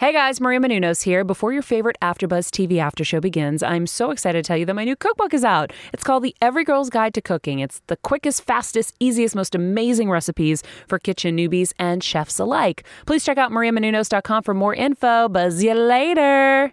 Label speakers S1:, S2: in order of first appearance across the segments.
S1: Hey guys, Maria Menounos here. Before your favorite AfterBuzz TV after show begins, I'm so excited to tell you that my new cookbook is out. It's called The Every Girl's Guide to Cooking. It's the quickest, fastest, easiest, most amazing recipes for kitchen newbies and chefs alike. Please check out mariamenounos.com for more info. Buzz you later.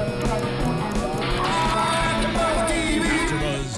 S2: AfterBuzz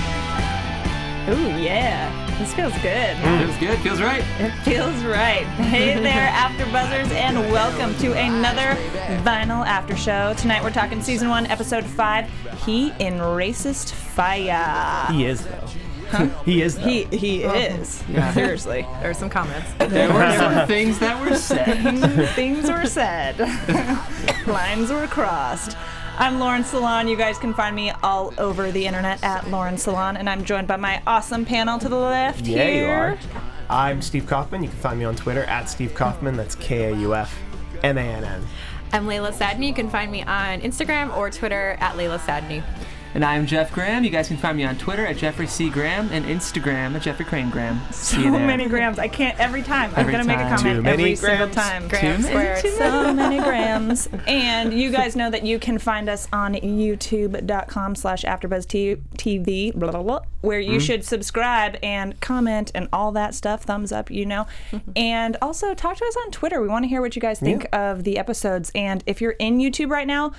S3: Ooh, yeah. This feels good.
S4: Feels good. Feels right.
S3: It feels right. Hey there, After Buzzers, and welcome to another Vinyl After Show. Tonight we're talking Season 1, Episode 5, He in Racist Fire.
S5: He is though. he is though.
S3: He, he is. Seriously.
S6: Oh. There were some comments.
S4: There were some things that were said.
S3: Things were said, lines were crossed. I'm Lauren Salon. You guys can find me all over the internet at Lauren Salon, and I'm joined by my awesome panel to the left
S5: Yeah, you
S3: here.
S5: are. I'm Steve Kaufman. You can find me on Twitter at Steve Kaufman. That's K A U F M A N N.
S6: I'm Layla Sadney. You can find me on Instagram or Twitter at Layla Sadney.
S4: And I'm Jeff Graham. You guys can find me on Twitter at Jeffrey C. Graham and Instagram at Jeffrey Crane Graham. See you
S3: So
S4: there.
S3: many grams. I can't every time.
S4: Every
S3: I'm gonna make a
S4: time.
S3: comment
S5: Too many
S3: every single
S5: grams.
S3: time.
S6: Graham squared.
S3: So many grams. And you guys know that you can find us on youtube.com slash afterbuzztv, blah, blah, blah, where
S5: Mm-hmm.
S3: you should subscribe and comment and all that stuff. Thumbs up, you know.
S5: Mm-hmm.
S3: and also talk to us on Twitter. We want to hear what you guys think of the episodes. And if you're in YouTube right now,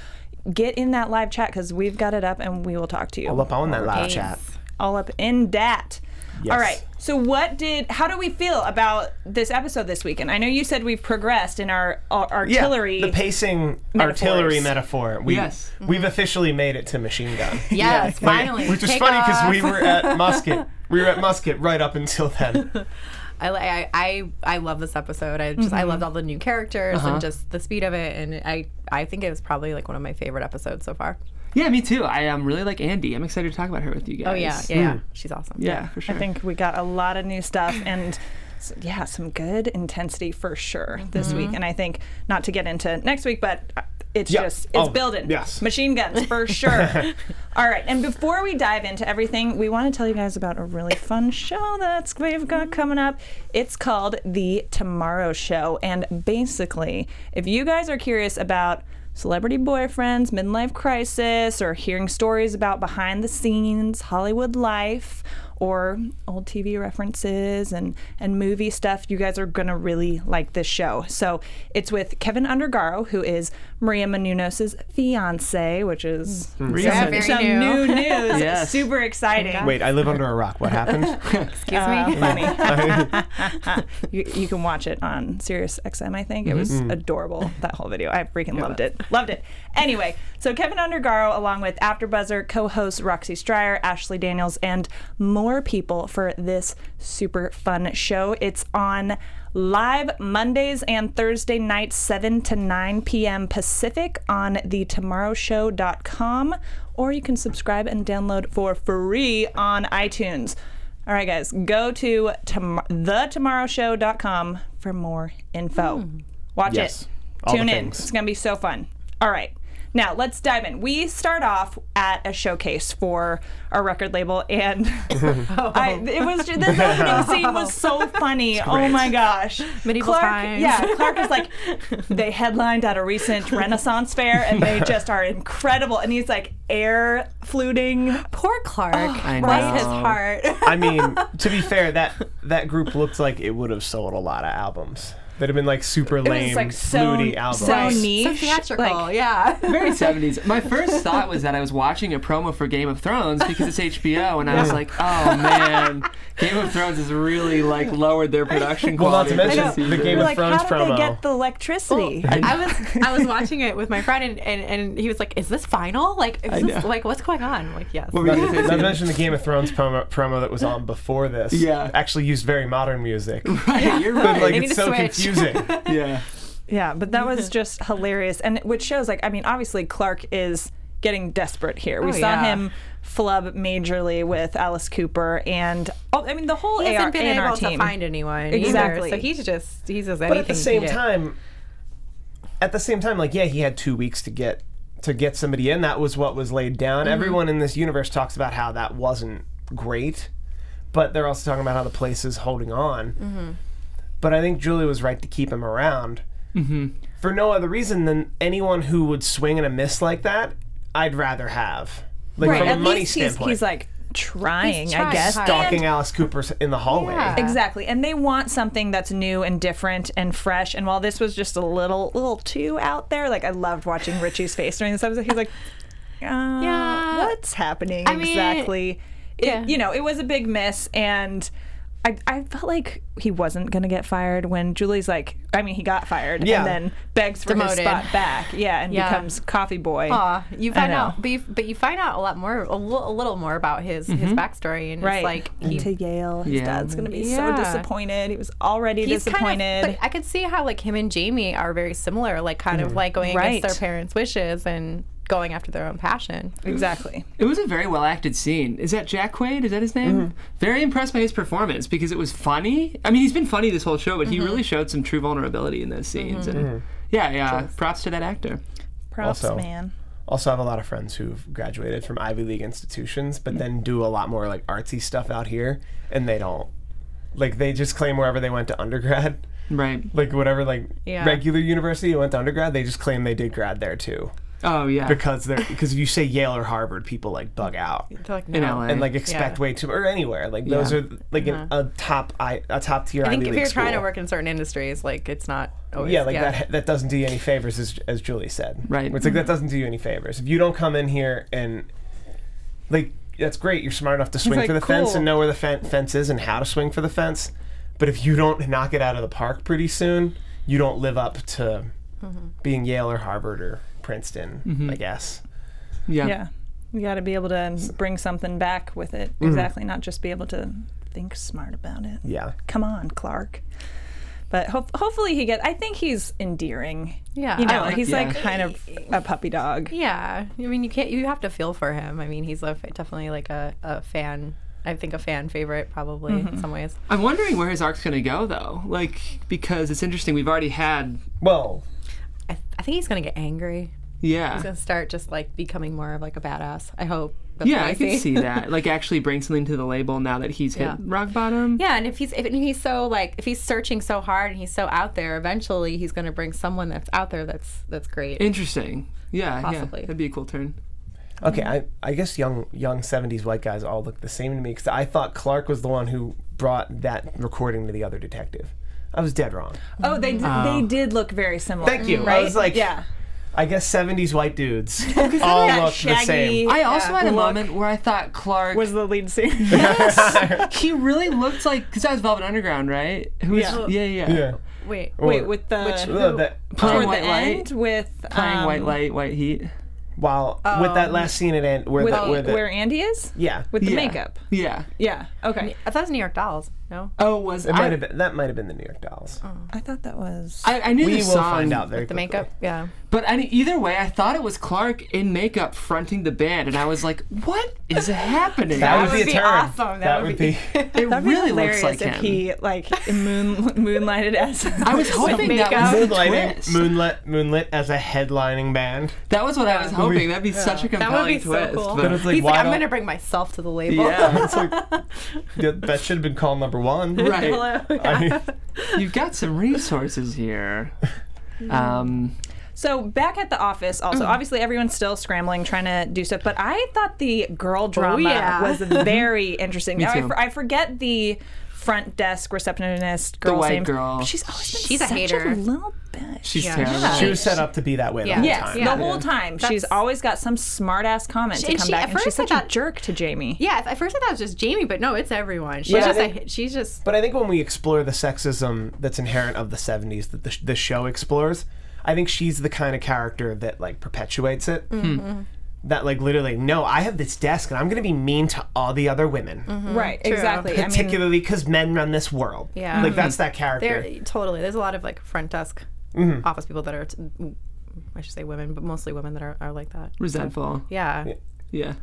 S3: get in that live chat because we've got it up and we will talk to you
S5: All up on that live chat.
S3: all up in dat. All
S5: Yes.
S3: right. So, what did? How do we feel about this episode this weekend? I know you said we've progressed in our, our
S5: Yeah,
S3: artillery.
S5: the pacing
S3: metaphors.
S5: artillery metaphor. We,
S4: Yes.
S5: We've officially made it to machine gun.
S6: Yes, finally.
S5: Which is
S6: Take
S5: funny because we
S6: off.
S5: were at musket. We were at musket right up until then.
S6: I, li- I, I, I love this episode. I just I loved all the new characters
S5: Uh-huh.
S6: and just the speed of it. And I I think it was probably like one of my favorite episodes so far.
S4: Yeah, me too. I um, really like Andy. I'm excited to talk about her with you guys.
S6: Oh yeah, yeah, yeah. she's awesome.
S4: Yeah, for sure.
S3: I think we got a lot of new stuff and. s- Yeah, some good intensity for sure this week, and I think not to get into next week, but uh, it's
S5: Yeah.
S3: just it's
S5: Oh,
S3: building.
S5: yes.
S3: machine guns for sure. All right, and before we dive into everything, we want to tell you guys about a really fun show that's we've got coming up. It's called The Tomorrow Show, and basically, if you guys are curious about celebrity boyfriends, midlife crisis, or hearing stories about behind the scenes Hollywood life or old TV references and and movie stuff, you guys are gonna really like this show. So it's with Kevin Undergaro, who is Maria Menounos' fiance, which is
S6: Yeah,
S4: Hmm. Recent.
S6: very
S3: some
S6: new.
S3: new news.
S4: Yes.
S3: Super exciting.
S5: Wait, I live under a rock. What happened?
S6: Excuse me.
S3: you, you can watch it on Sirius XM, I think. It was adorable, that whole video. I freaking loved it. Loved it. Anyway, so Kevin Undergaro, along with AfterBuzzer co-hosts Roxy Stryer, Ashley Daniels, and more people for this super fun show. It's on live Mondays and Thursday nights, 7 to 9 p.m. Pacific on thetomorrowshow.com, or you can subscribe and download for free on iTunes. All right, guys, go to tom- thetomorrowshow.com for more info.
S6: Hmm.
S3: Watch
S5: Yes.
S3: it.
S5: All the
S3: Tune in.
S5: things.
S3: It's going to be so fun. All right. Now, let's dive in. We start off at a showcase for our record label, and I, it was ju- this opening scene was so funny. Oh my gosh,
S6: Medieval
S3: Clark,
S6: times.
S3: Yeah, Clark is like they headlined at a recent Renaissance fair, and they just are incredible. And he's like air fluting.
S6: Poor Clark.
S4: I
S6: Bless his
S4: know.
S6: heart.
S5: I mean, to be fair, that that group looked like it would have sold a lot of albums. that have been like super
S3: It
S5: lame,
S3: was like so,
S5: snooty albums.
S3: so
S6: Right.
S3: niche.
S6: So theatrical,
S3: like,
S6: yeah.
S4: Very 70s. My first thought was that I was watching a promo for Game of Thrones because it's HBO, and I was like, oh man, Game of Thrones has really like lowered their production
S5: Well, not
S4: quality.
S5: to
S4: for
S5: mention
S4: this
S5: the
S4: season.
S5: Game
S3: You're
S5: of
S3: like,
S5: Thrones
S3: how did
S5: promo.
S3: they get the electricity?
S6: I was I was watching it with my friend and, and, and he was like, "Is this final? Like, is this,
S4: know.
S6: like what's going on?" I'm like, yes.
S4: What were
S5: Not
S4: you
S5: not
S4: gonna
S5: to
S4: say?
S5: mention the Game of Thrones promo, promo that was on before this.
S4: Yeah.
S5: actually used very modern music.
S4: Right, you're right.
S5: Like
S6: They need
S5: it's
S6: to
S5: so
S6: switch.
S5: confusing.
S4: yeah.
S3: Yeah, but that was just hilarious, and it- which shows like I mean, obviously Clark is getting desperate here. We
S6: Oh,
S3: saw
S6: yeah.
S3: him flub majorly with Alice Cooper, and oh, I mean the whole
S6: he
S3: AR,
S6: hasn't been
S3: A&R
S6: able
S3: team.
S6: to find anyone
S3: Exactly.
S6: exactly. So he's just he's just anything.
S5: but at the
S6: to
S5: same
S6: get-
S5: time, at the same time, like yeah, he had two weeks to get to get somebody in. That was what was laid down.
S3: Mm-hmm.
S5: Everyone in this universe talks about how that wasn't great, but they're also talking about how the place is holding on.
S3: Mm-hmm.
S5: But I think Julie was right to keep him around
S3: Mm-hmm.
S5: for no other reason than anyone who would swing and a miss like that. I'd rather have like
S3: Right,
S5: from a
S3: at
S5: money
S3: least he's,
S5: standpoint.
S3: he's like trying,
S6: He's
S3: I
S6: trying
S3: guess.
S6: hard.
S5: stalking
S3: And-
S5: Alice Cooper in the hallway.
S6: Yeah.
S3: Exactly, and they want something that's new and different and fresh. And while this was just a little, little too out there, like I loved watching Richie's face during this episode. He's like, uh,
S6: Yeah.
S3: what's happening
S6: I mean,
S3: exactly?" It-
S6: yeah.
S3: You know, it was a big miss, and I, I felt like he wasn't gonna get fired when Julie's like, I mean, he got fired,
S5: Yeah.
S3: and then begs for his
S6: Demoted.
S3: spot back, yeah, and
S6: Yeah.
S3: becomes coffee boy.
S6: Aw, you
S3: I
S6: find
S3: know.
S6: out, but you, but you find out a lot more, a li- a little more about his his backstory, and
S3: Right,
S6: it's like
S3: And to Yale, his
S4: Yeah.
S3: dad's gonna be
S6: Yeah.
S3: so disappointed. He was already
S6: he's
S3: disappointed.
S6: Kind of, but I could see how like him and Jamie are very similar, like kind
S5: Mm.
S6: of like going
S3: Right.
S6: against their parents' wishes and going after their own passion.
S3: exactly.
S4: It was a very well acted scene. Is that Jack Quaid? Is that his name?
S5: Mm-hmm.
S4: Very impressed by his performance because it was funny. I mean, he's been funny this whole show, but he
S5: Mm-hmm.
S4: really showed some true vulnerability in those scenes. And yeah, yeah, props to that actor.
S3: Props,
S5: Also-
S3: man.
S5: Also, I have a lot of friends who've graduated from Ivy League institutions, but then do a lot more like artsy stuff out here, and they don't. Like they just claim wherever they went to undergrad,
S4: Right.
S5: like whatever like
S6: Yeah.
S5: regular university you went to undergrad, they just claim they did grad there too.
S4: Oh yeah.
S5: Because they're because if you say Yale or Harvard, people like bug out
S6: They're like, no.
S4: in LA.
S5: and like expect
S6: Yeah. Uh-huh.
S5: way too or anywhere. Like those
S4: Yeah.
S5: are like an, a top I, a top tier Ivy
S6: I think
S5: League
S6: if you're
S5: school.
S6: trying to work in certain industries, like it's not always.
S5: yeah, like that that doesn't do you any favors, as, as Julie said.
S4: Right.
S5: It's like that doesn't do you any favors if you don't come in here and like that's great. You're smart enough to swing
S3: like,
S5: for the fence
S3: "Cool."
S5: and know where the fen- fence is and how to swing for the fence. But if you don't knock it out of the park pretty soon, you don't live up to being Yale or Harvard or Princeton, I guess.
S4: yeah.
S3: Yeah. You got to be able to bring something back with it. Exactly. Not just be able to think smart about it.
S5: Yeah.
S3: Come on, Clark. But ho- hopefully he gets. I think he's endearing.
S6: Yeah.
S3: You
S6: I
S3: know,
S4: like-
S3: he's
S4: yeah.
S3: like kind of a puppy dog.
S6: Yeah, I mean, you can't. You have to feel for him. I mean, he's a, definitely like a, a fan. I think a fan favorite, probably in some ways.
S4: I'm wondering where his arc's gonna go though. Like because it's interesting. We've already had.
S5: Well,
S6: I, th- I think he's gonna get angry. He's
S4: Yeah.
S6: gonna start just like becoming more of like a badass. I hope. That's
S4: Yeah,
S6: what
S4: I can see that. Like actually bring something to the label now that he's hit
S6: Yeah.
S4: rock bottom.
S6: Yeah, and if he's if he's so like if he's searching so hard and he's so out there, eventually he's gonna bring someone that's out there that's that's great.
S4: Interesting. Yeah.
S6: Possibly.
S4: Yeah. That'd be a cool turn.
S5: Okay, I, I guess young young '70s white guys all look the same to me because I thought Clark was the one who brought that recording to the other detective. I was dead wrong.
S3: Oh, they did, they did look very similar.
S5: Thank you.
S3: Right?
S5: I was like,
S3: yeah.
S5: I guess '70s white dudes all
S3: that
S5: look the
S3: shaggy-
S5: same.
S4: I also had a moment where I thought Clark
S3: Was the lead singer.
S4: he really looked like because that was Velvet Underground, right? Who was,
S3: Yeah.
S4: yeah, yeah,
S5: Yeah.
S6: Wait,
S3: Wait, with the.
S5: Uh, that-
S4: Playing
S3: toward
S4: White
S3: the
S4: Light,
S3: end with.
S4: playing
S3: um,
S4: White Light, White Heat.
S5: while with that last scene at end where
S3: With,
S5: the, where the
S3: oh, where Andy is?
S5: yeah
S3: With the
S4: Yeah.
S3: makeup.
S4: Yeah.
S3: Yeah. Okay.
S6: I thought it was New York Dolls. No,
S4: Oh, was
S5: it
S4: I,
S5: might have been that might have been the New York Dolls.
S3: I thought that was.
S4: I, I knew
S5: we
S4: the
S5: will
S4: song,
S5: find out very
S6: the
S5: quickly.
S4: uh,
S6: makeup. Yeah,
S4: but I, either way, I thought it was Clark in makeup fronting the band, and I was like, "What is happening?"
S5: That,
S4: I
S5: would, be, a turn.
S6: awesome. That would
S5: be.
S4: was- it really looks
S3: hilarious
S4: like
S3: if
S4: him.
S3: he like moon moonlighted as.
S4: I was hoping that was the twist.
S5: moonlighting, moonlit, moonlit as a headlining band.
S4: that was what I was hoping. That'd be such a
S6: that would be
S4: compelling
S6: so
S4: twist.
S6: cool.
S4: but-
S5: it's like,
S6: he's
S5: why
S6: like, I'm
S5: don't-
S6: gonna bring myself to the label.
S4: yeah,
S5: It's like, yeah, that should have been call number one.
S4: right.
S5: I mean,
S4: You've got some resources here. Um,
S3: So back at the office, also obviously everyone's still scrambling trying to do stuff. But I thought the girl drama
S6: yeah.
S3: was very interesting. now I,
S4: too.
S3: for- I forget the front desk receptionist girl.
S4: white
S3: named-
S4: girl.
S3: but She's always been
S6: She's a
S3: such
S6: hater.
S3: little bitch.
S4: She's terrible.
S5: She was set up to be that way the
S6: Yeah.
S5: whole
S6: Yes.
S5: time.
S6: Yeah.
S3: The whole time, she's always got some smart ass comment
S6: She-
S3: to come
S6: she-
S3: back,
S6: at
S3: and she's
S6: first I
S3: such a
S6: thought-
S3: jerk to Jamie.
S6: Yeah, at- at first I thought it was just Jamie, but no, it's everyone. She's
S5: Yeah,
S6: just,
S5: I
S6: a,
S5: think-
S6: she's just.
S5: But I think when we explore the sexism that's inherent of the 70s that the, sh- the show explores, I think she's the kind of character that like perpetuates it.
S3: Mm-hmm.
S5: That like literally, no, I have this desk and I'm going to be mean to all the other women.
S3: Right, exactly. Mm-hmm. I mean,
S5: Particularly because men run this world.
S6: Yeah.
S5: Like that's that character.
S6: There, totally. There's a lot of like front desk
S4: Mm-hmm.
S6: office people that are, t- I should say women, but mostly women that are, are like that.
S4: Resentful.
S6: Yeah.
S4: Yeah.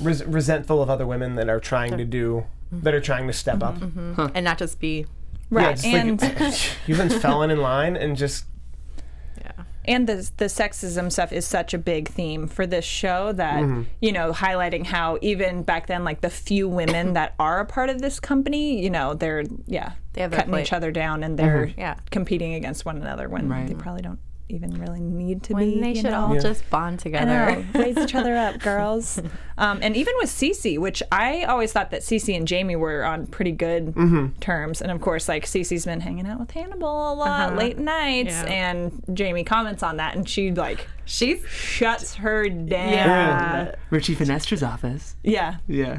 S5: Res- resentful of other women that are trying to do, that are trying to step up.
S6: And not just be.
S5: Yeah,
S3: Mm-hmm. right,
S5: just
S3: and
S5: like, you've been felon in line and just
S3: and the the sexism stuff is such a big theme for this show that you know highlighting how even back then like the few women that are a part of this company you know they're yeah
S6: They have their
S3: cutting
S6: plate.
S3: each other down and they're
S6: Yeah.
S3: competing against one another when
S4: Right.
S3: they probably don't even really need to be
S6: When they
S3: you
S6: should
S3: know?
S6: all just bond
S3: I
S6: together.
S3: know. Raise each other up, girls. Um, and even with Cece, which I always thought that Cece and Jamie were on pretty good terms. And of course, like Cece's been hanging out with Hannibal a lot, late nights,
S6: Uh-huh. Yeah.
S3: and Jamie comments on that, and she like
S6: She's.
S3: shuts her down.
S6: Yeah.
S3: Yeah,
S4: Richie Finestra's office.
S3: yeah,
S4: Yeah.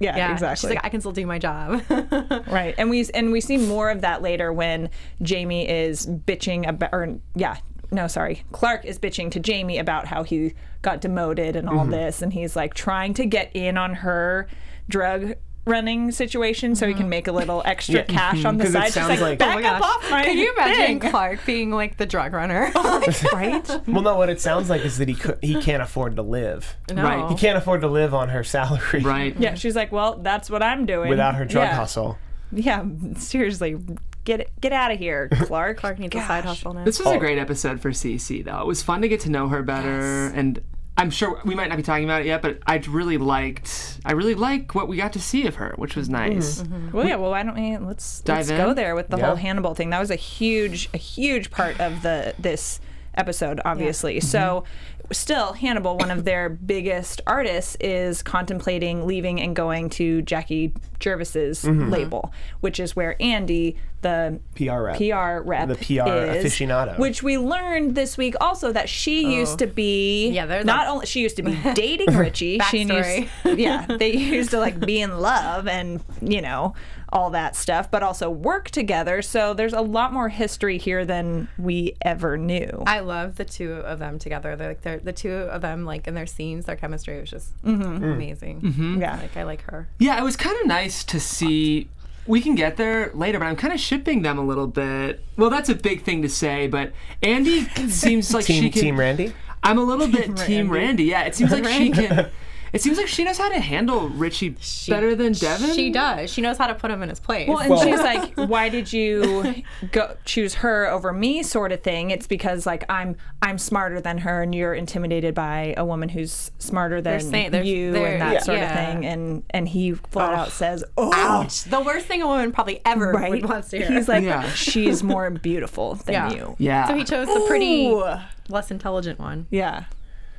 S3: yeah,
S6: Yeah.
S3: exactly.
S6: She's like, I can still do my job.
S3: right. And we and we see more of that later when Jamie is bitching about, or yeah. No, sorry. Clark is bitching to Jamie about how he got demoted and all this, and he's like trying to get in on her drug running situation so he can make a little extra cash on the
S5: 'Cause it
S3: side. She's
S5: sounds
S3: like,
S5: like-
S3: back
S6: Oh my
S3: up
S6: gosh.
S3: off my
S6: can you imagine
S3: thing."
S6: Clark being like the drug runner? right?
S5: well, no. What it sounds like is that he could, he can't afford to live.
S6: No.
S4: Right.
S5: He can't afford to live on her salary
S4: Right.
S3: Yeah, she's like, well, that's what I'm doing
S5: without her drug
S3: Yeah.
S5: hustle.
S3: Yeah, seriously, get it, get out of here, Clark.
S6: Clark needs a side hustle now.
S4: This was a great episode for CC though. It was fun to get to know her better and I'm sure we might not be talking about it yet, but I really liked I really like what we got to see of her, which was nice.
S6: Mm.
S3: Well, yeah. Well, why don't we let's let's
S4: Dive
S3: go
S4: in?
S3: there with the
S5: Yeah.
S3: whole Hannibal thing. That was a huge, a huge part of the this episode, obviously.
S6: Mm-hmm.
S3: So, still, Hannibal, one of their biggest artists, is contemplating leaving and going to Jackie Jervis's
S5: Mm-hmm.
S3: label, which is where Andy, the
S5: PR rep.
S3: PR rep,
S5: The PR
S3: is,
S5: aficionado.
S3: which we learned this week also that she used to be
S6: Oh. Yeah, they're
S3: not
S6: the-
S3: only she used to be dating Richie. she
S6: Backstory.
S3: used yeah, they used to like be in love and you know all that stuff, but also work together. So there's a lot more history here than we ever knew.
S6: I love the two of them together. They're like they're, the two of them like in their scenes, their chemistry was just
S4: Mm.
S6: amazing.
S4: Mm-hmm.
S3: Yeah.
S6: Like I like her.
S4: Yeah, it was kind of nice to see. We can get there later, but I'm kind of shipping them a little bit. Well, that's a big thing to say, but Andy seems like she
S5: Team
S4: can.
S5: Team Randy.
S4: I'm a little bit Team Randy. Yeah, it seems like she can. It seems like she knows how to handle Richie better than Devin.
S6: She does. She knows how to put him in his place.
S3: Well, and she's like, "Why did you go choose her over me?" Sort of thing. It's because like I'm I'm smarter than her, and you're intimidated by a woman who's smarter than
S6: saying- they're-
S3: you,
S6: they're-
S3: and that
S6: Yeah.
S3: sort
S6: yeah.
S3: of thing. And and he flat out says, "Oh."
S6: ouch. The worst thing a woman probably ever
S3: Right?
S6: would wants to hear.
S3: He's like,
S4: Yeah.
S3: she's more beautiful than
S6: Yeah.
S3: you.
S4: Yeah.
S6: so he chose the pretty,
S3: Ooh.
S6: less intelligent one.
S3: Yeah.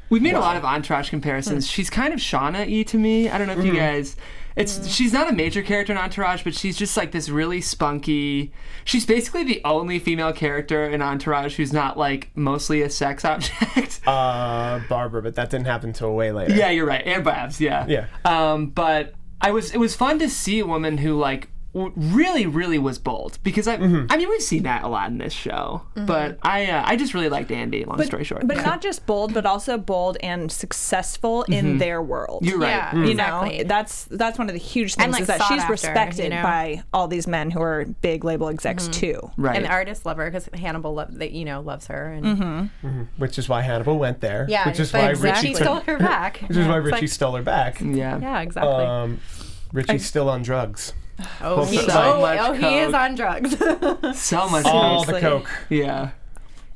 S4: We've made a lot of entourage
S6: Hmm.
S4: comparisons. She's kind of Shauna y to me. I don't know if you guys. It's
S6: Mm-hmm.
S4: she's not a major character in Entourage, but she's just like this really spunky. She's basically the only female character in Entourage who's not like mostly a sex object.
S5: Uh, Barbara, but that didn't happen till way later.
S4: yeah, you're right. And Babs, yeah.
S5: Yeah.
S4: Um, but I was it was fun to see a woman who like w- really really was bold because I I mean we've seen that a lot in this show, but I uh, I just really liked Andy. Long story short,
S3: Mm-hmm. But not just bold, but also bold and successful in their world.
S4: Mm-hmm. you're right.
S6: Yeah,
S4: Mm.
S3: You know,
S6: exactly.
S3: that's that's one of the huge things
S6: like,
S3: is that
S6: sought
S3: she's
S6: after,
S3: respected
S6: you know? Mm-hmm.
S3: by all these men who are big label execs too.
S4: Right.
S6: And the artists love her because Hannibal, lo- that you know, loves her. And
S5: Which is why Hannibal went there.
S6: yeah,
S5: Mm-hmm. Which is
S6: but
S5: why
S6: exactly.
S5: Richie
S6: she stole
S5: took,
S6: her back.
S5: Which is why
S6: It's
S5: Richie
S6: like-
S5: stole her back.
S4: yeah.
S6: Yeah, exactly.
S5: Um, Richie's still on drugs.
S6: oh, he,
S4: so
S6: oh,
S4: much
S6: oh, he is
S4: coke.
S6: on drugs.
S4: So much.
S5: All the
S3: Seriously.
S5: coke.
S4: Yeah.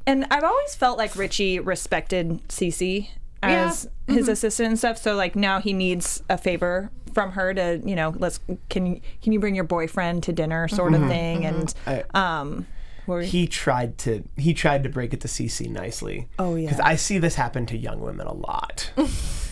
S3: And I've always felt like Richie respected Cece as his
S6: Mm-hmm.
S3: assistant and stuff. So like now he needs a favor from her to, you know, let's can can you bring your boyfriend to dinner sort
S4: Mm-hmm.
S3: of thing
S6: Mm-hmm.
S3: and um where
S5: He tried to he tried to break it to CC nicely. Oh
S3: yeah.
S5: Because I see this happen to young women a lot.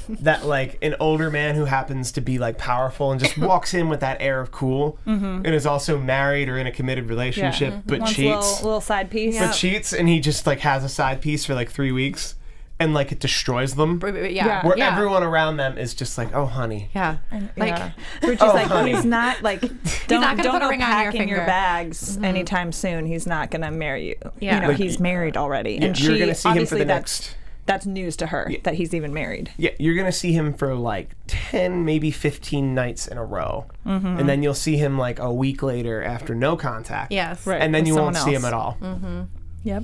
S5: that like an older man who happens to be like powerful and just walks in with that air of cool
S6: Mm-hmm.
S5: and is also married or in a committed relationship but
S3: One's
S5: cheats
S3: Little, little side piece.
S5: but cheats and he just like has a side piece for like three weeks and like it destroys them
S6: But- but Yeah.
S3: Yeah.
S5: where
S6: yeah.
S5: everyone around them is just like oh honey
S6: Yeah. Like,
S3: yeah. Which is like,
S5: honey.
S3: he's not like, don't,
S6: Oh, not gonna
S3: don't
S6: put a
S3: go
S6: ring on your
S3: packing your,
S6: finger. Mm-hmm.
S3: bags anytime soon. He's not going to marry you.
S6: Yeah.
S3: You know,
S6: Like,
S3: he's married already. and
S5: you're
S3: she,
S5: gonna see him for
S3: obviously
S5: the
S3: that's,
S5: next
S3: That's news to her that he's even married.
S5: yeah you're gonna see him for like 10 maybe 15 nights in a row
S3: Mm-hmm.
S5: and then you'll see him like a week later after no contact
S6: Yes.
S3: Right.
S5: and then
S3: With
S5: you won't
S3: someone
S5: see
S3: else. Mm-hmm.
S5: him at all
S3: Yep.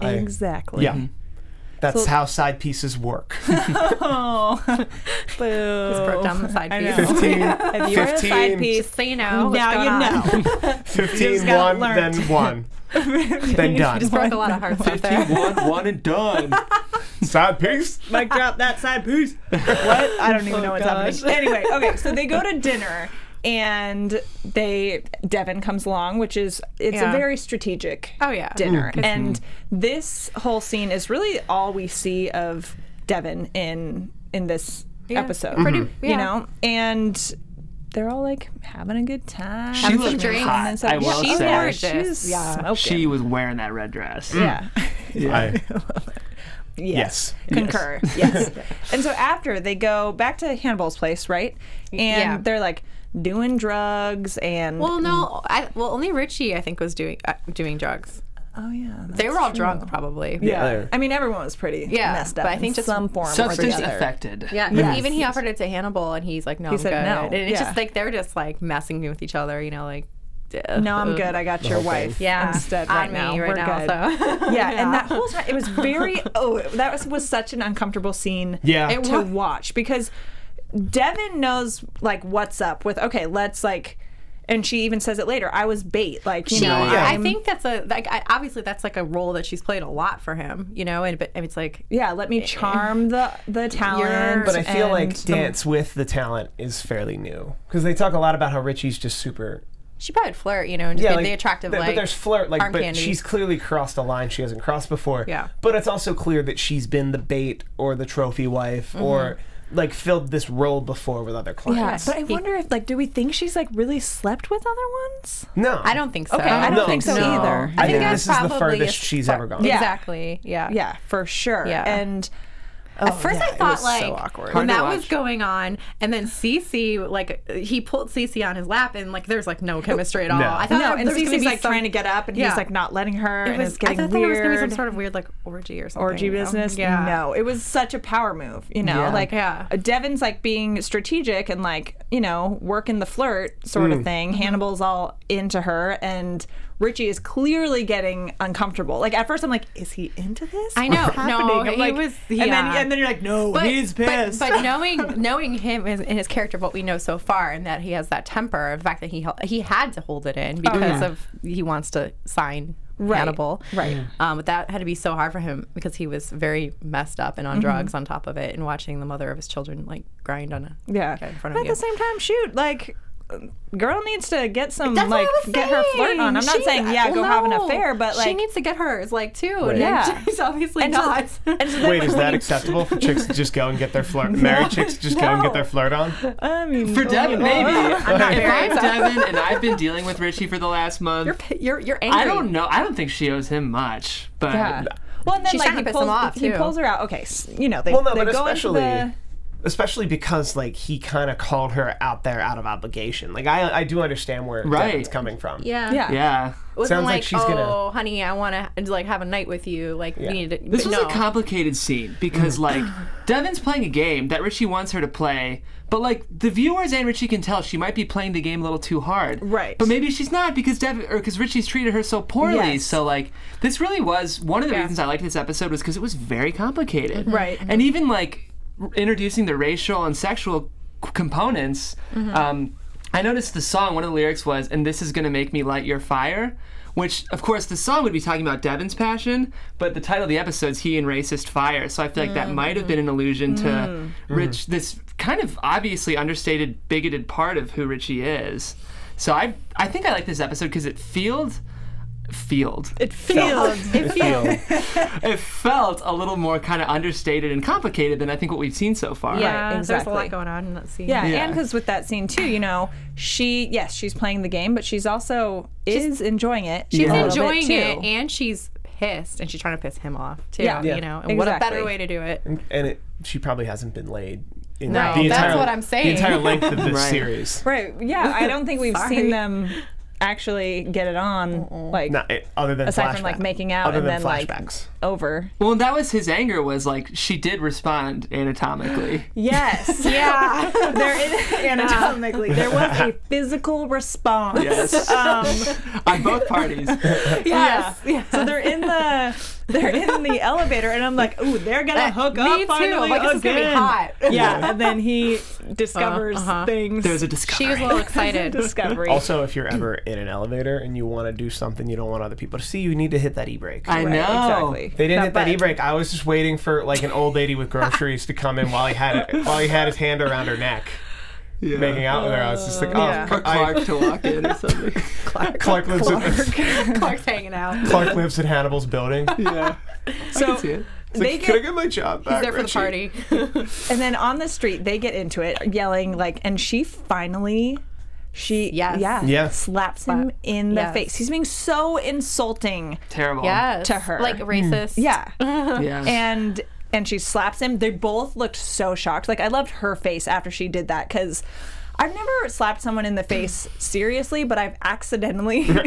S5: I-
S3: exactly.
S5: yeah that's how side pieces work
S3: Oh. Boo.
S6: Just broke down the side
S3: I
S6: piece.
S3: know.
S5: 15
S3: If you were the side
S5: 15.
S3: piece,
S6: Just so you know. what's going on.
S3: now you know.
S5: 15
S3: gotta
S5: one
S3: learn.
S5: then one then done
S6: Just broke a lot of hearts out there.
S4: one, one and done.
S5: side piece
S3: Like drop that side piece. What? I don't even know what's
S6: Oh, gosh.
S3: happening. Anyway, okay, so they go to dinner and they Devin comes along, which is it's
S6: Yeah.
S3: a very strategic
S6: Oh, yeah.
S3: dinner. And this whole scene is really all we see of Devin in in this episode.
S6: Pretty- yeah.
S3: You know? And they're all like having a good time.
S6: Having some drinks.
S3: And so-
S4: I will
S3: she's
S4: say.
S3: gorgeous. She's
S6: Yeah.
S3: smoking.
S4: She was wearing that red dress.
S3: yeah.
S5: I-
S3: Yes.
S5: Yes.
S3: Concur. Yes. and so after they go back to Hannibal's place, right? And
S6: Yeah.
S3: they're like doing drugs and
S6: Well, no. I, well, only Richie, I think, was doing uh, doing drugs.
S3: oh yeah,
S6: They were all drunk, probably.
S5: Yeah, they're-
S3: I mean, everyone was pretty
S6: Yeah,
S3: messed up.
S6: but I
S3: in
S6: think just
S3: some form
S4: Substance
S3: or the other.
S4: affected.
S6: Yeah, 'cause even he offered it to Hannibal, and he's like, "No, I'm
S3: said
S6: good."
S3: no.
S6: And it's
S3: Yeah.
S6: just like they're just like messing with each other, you know, like.
S3: No, I'm good. I got your wife.
S6: Uh, Yeah,
S3: instead
S6: on
S3: right
S6: me
S3: now.
S6: right
S3: We're
S6: now,
S3: good.
S6: so.
S3: yeah, and that whole time it was very. Oh, that was was such an uncomfortable scene.
S5: Yeah.
S3: to
S5: It
S6: wa-
S3: watch because Devin knows like what's up with. Okay, let's like, and she even says it later. I was bait. Like you
S6: She,
S3: know,
S6: I
S3: I'm-
S6: think that's a like. I, obviously, that's like a role that she's played a lot for him, you know. And but and it's like,
S3: Yeah, let
S6: Eh,
S3: me charm the the talent.
S5: But I feel
S3: and
S5: like dance with the talent is fairly new because they talk a lot about how Richie's just super.
S6: she probably would flirt, you know, and just be the attractive
S5: th-
S6: like.
S5: but there's flirt like,
S6: arm
S5: but
S6: candy.
S5: she's clearly crossed a line she hasn't crossed before.
S6: Yeah.
S5: But it's also clear that she's been the bait or the trophy wife or like filled this role before with other clients.
S3: But I wonder if like, do we think she's like really slept with other ones?
S5: No,
S6: I don't think so.
S3: Okay, I don't
S5: No.
S3: think so
S5: No.
S3: either.
S5: I think this
S6: that's
S5: is the
S6: probably
S5: furthest
S6: as
S5: she's
S6: far-
S5: ever gone.
S3: Yeah.
S6: Exactly. Yeah.
S3: Yeah, for sure.
S6: Yeah.
S3: And
S6: At first,
S5: yeah,
S6: I
S5: it
S6: thought
S5: was so
S6: like
S5: awkward.
S4: Hard
S6: when
S4: to
S6: that was
S4: watch.
S6: going on, and then Cece like he pulled Cece on his lap, and like there's like no chemistry at all.
S5: No.
S6: I thought
S3: no,
S6: there
S3: and
S6: was Uh, gonna
S3: Cece's
S6: be
S3: like
S6: some-
S3: trying to get up, and
S6: Yeah.
S3: he's like not letting her,
S6: It
S3: and
S6: was,
S3: it's getting
S6: I thought
S3: weird.
S6: there was gonna be some sort of weird like orgy or something.
S3: orgy
S6: you know?
S3: business.
S6: Yeah.
S3: No, it was such a power move. You know,
S4: Yeah.
S3: like uh,
S6: Yeah.
S3: Devin's like being strategic and like you know working the flirt sort
S4: Mm.
S3: of thing.
S6: Mm-hmm.
S3: Hannibal's all into her, and Richie is clearly getting uncomfortable. Like at first, I'm like, is he into this?
S6: I know.
S3: What's
S6: No,
S3: happening? I'm
S6: he
S3: like-
S6: was-
S3: And then
S6: yeah.
S3: and then you're like, no,
S6: But,
S3: he's
S6: but-
S3: pissed.
S6: But, knowing knowing him and and his character, what we know so far, and that he has that temper, the fact that he hel- he had to hold it
S3: Oh,
S6: in because of he wants to sign Hannibal, right? Um, but that had to be so hard for him because he was very messed up and
S3: Mm-hmm.
S6: on drugs on top of it, and watching the mother of his children like grind on a
S3: yeah.
S6: guy in front
S3: but at
S6: of you.
S3: the same time, shoot, like. Girl needs to get some
S6: That's
S3: like
S6: what I was
S3: get her flirt
S6: saying.
S3: on. I'm not
S6: She-
S3: saying yeah, go
S6: well,
S3: have an
S6: no.
S3: affair, but like
S6: she needs to get hers like too. And
S3: Yeah.
S6: she's obviously
S3: And so-
S6: not.
S3: and so then,
S5: Wait,
S3: like,
S5: is
S3: when
S5: that
S3: you-
S5: acceptable for chicks to just go and get their flirt? Married chicks to just go and get their flirt on?
S3: I mean,
S4: For Devin, maybe.
S6: I'm not
S4: if
S6: married,
S4: I'm
S6: so-
S4: Devin and I've been dealing with Richie for the last month,
S6: you're p- you're you're angry.
S4: I don't know. I don't think she owes him much, but
S3: Yeah. Well, and then
S6: She's
S3: like
S6: trying
S3: he
S6: to piss
S3: pulls,
S6: him off,
S3: he
S6: too.
S3: pulls her out. Okay, s- you know they,
S5: Well, no,
S3: they
S5: but
S3: go
S5: especially,
S3: into
S5: especially because like he kind of called her out there out of obligation. Like I, I do understand where
S4: Right.
S5: Devin's coming from.
S6: Yeah.
S3: the yeah.
S4: yeah.
S6: wasn't
S5: Sounds
S6: like,
S5: like she's
S6: oh,
S5: gonna-
S6: honey, I want to like have a night with you. Like we need to.
S4: This was
S6: but no.
S4: a complicated scene because like Devin's playing a game that Richie wants her to play, but like the viewers and Richie can tell she might be playing the game a little too hard.
S3: Right.
S4: But maybe she's not because Devin or because Richie's treated her so poorly.
S3: Yes.
S4: So like this really was one of the reasons I liked this episode was because it was very complicated.
S3: Right.
S4: And even like r- introducing the racial and sexual c- components. Um, I noticed the song. One of the lyrics was, "And this is gonna make me light your fire," which, of course, the song would be talking about Devin's passion, but the title of the episode is "He and Racist Fire." So I feel like that might have been an allusion to Rich, this kind of obviously understated, bigoted part of who Richie is. So I, I think I like this episode because it feels field.
S3: It feels.
S6: It feels.
S4: It felt a little more kind of understated and complicated than I think what we've seen so far.
S6: Yeah, there's a
S3: exactly.
S6: lot going on in that scene.
S3: Yeah,
S4: Yeah.
S3: and because with that scene too, you know, she yes, she's playing the game, but she's also is enjoying it.
S6: She's
S3: a little bit,
S6: enjoying
S3: too.
S6: it and she's pissed and she's trying to piss him off too.
S3: Yeah.
S5: Yeah.
S6: You know, and what a
S3: Exactly.
S6: better way to do it.
S5: and it, she probably hasn't been laid. In
S6: No,
S5: the
S6: that's
S5: entire,
S6: what I'm
S5: The
S6: saying.
S5: entire length of this
S4: Right.
S5: series.
S3: Right. Yeah, I don't think we've
S6: Sorry.
S3: seen them actually get it on like
S5: Not, eh, other than
S3: aside
S5: flashback.
S3: from like making out
S5: other
S3: and
S5: than
S3: then
S5: flashbacks.
S3: like over.
S4: Well, that was his anger was like she did respond anatomically.
S3: Yes.
S6: Yeah.
S3: there is anatomically there was a physical response.
S4: Yes.
S3: Um,
S4: On both parties.
S6: yes.
S3: Yeah. So they're in the they're in the elevator, and I'm like, ooh, they're gonna
S6: That-
S3: hook
S6: Uh, me
S3: up
S6: too.
S3: finally
S6: I'm like, this is gonna be
S3: again.
S6: hot.
S3: Yeah. And then he discovers
S6: uh-huh.
S3: things.
S4: There's a
S6: She
S4: discovery.
S6: was a little excited.
S3: discovery.
S5: Also, if you're ever in an elevator and you want to do something you don't want other people to see, you need to hit that e brake.
S4: I know.
S3: Exactly.
S5: They
S3: That
S5: didn't hit that
S3: button.
S5: e brake. I was just waiting for like an old lady with groceries to come in while he had it, while he had his hand around her neck,
S4: Yeah.
S5: making out with her. I was just like, oh,
S3: Yeah.
S4: Or
S5: I-
S4: Clark to walk in or something.
S5: Clark, lives At,
S6: Clark's hanging out.
S5: Clark lives in Hannibal's building.
S4: yeah.
S3: So
S4: See it?
S5: It's like,
S3: They
S5: can I
S3: get-
S5: get my job back?
S6: He's there for the
S5: Richie?"
S6: party.
S3: and then on the street they get into it, yelling like, and she finally. She
S6: Yes.
S3: yeah,
S5: Yeah.
S3: slaps him in the
S6: Yes.
S3: face. He's being so insulting. Mm-hmm.
S4: Terrible.
S6: yes.
S3: To her.
S5: Hmm.
S6: Like racist.
S3: Yeah.
S4: Yeah.
S3: and and she slaps him. They both looked so shocked. Like I loved her face after she did that because I've never slapped someone in the face seriously, but I've accidentally.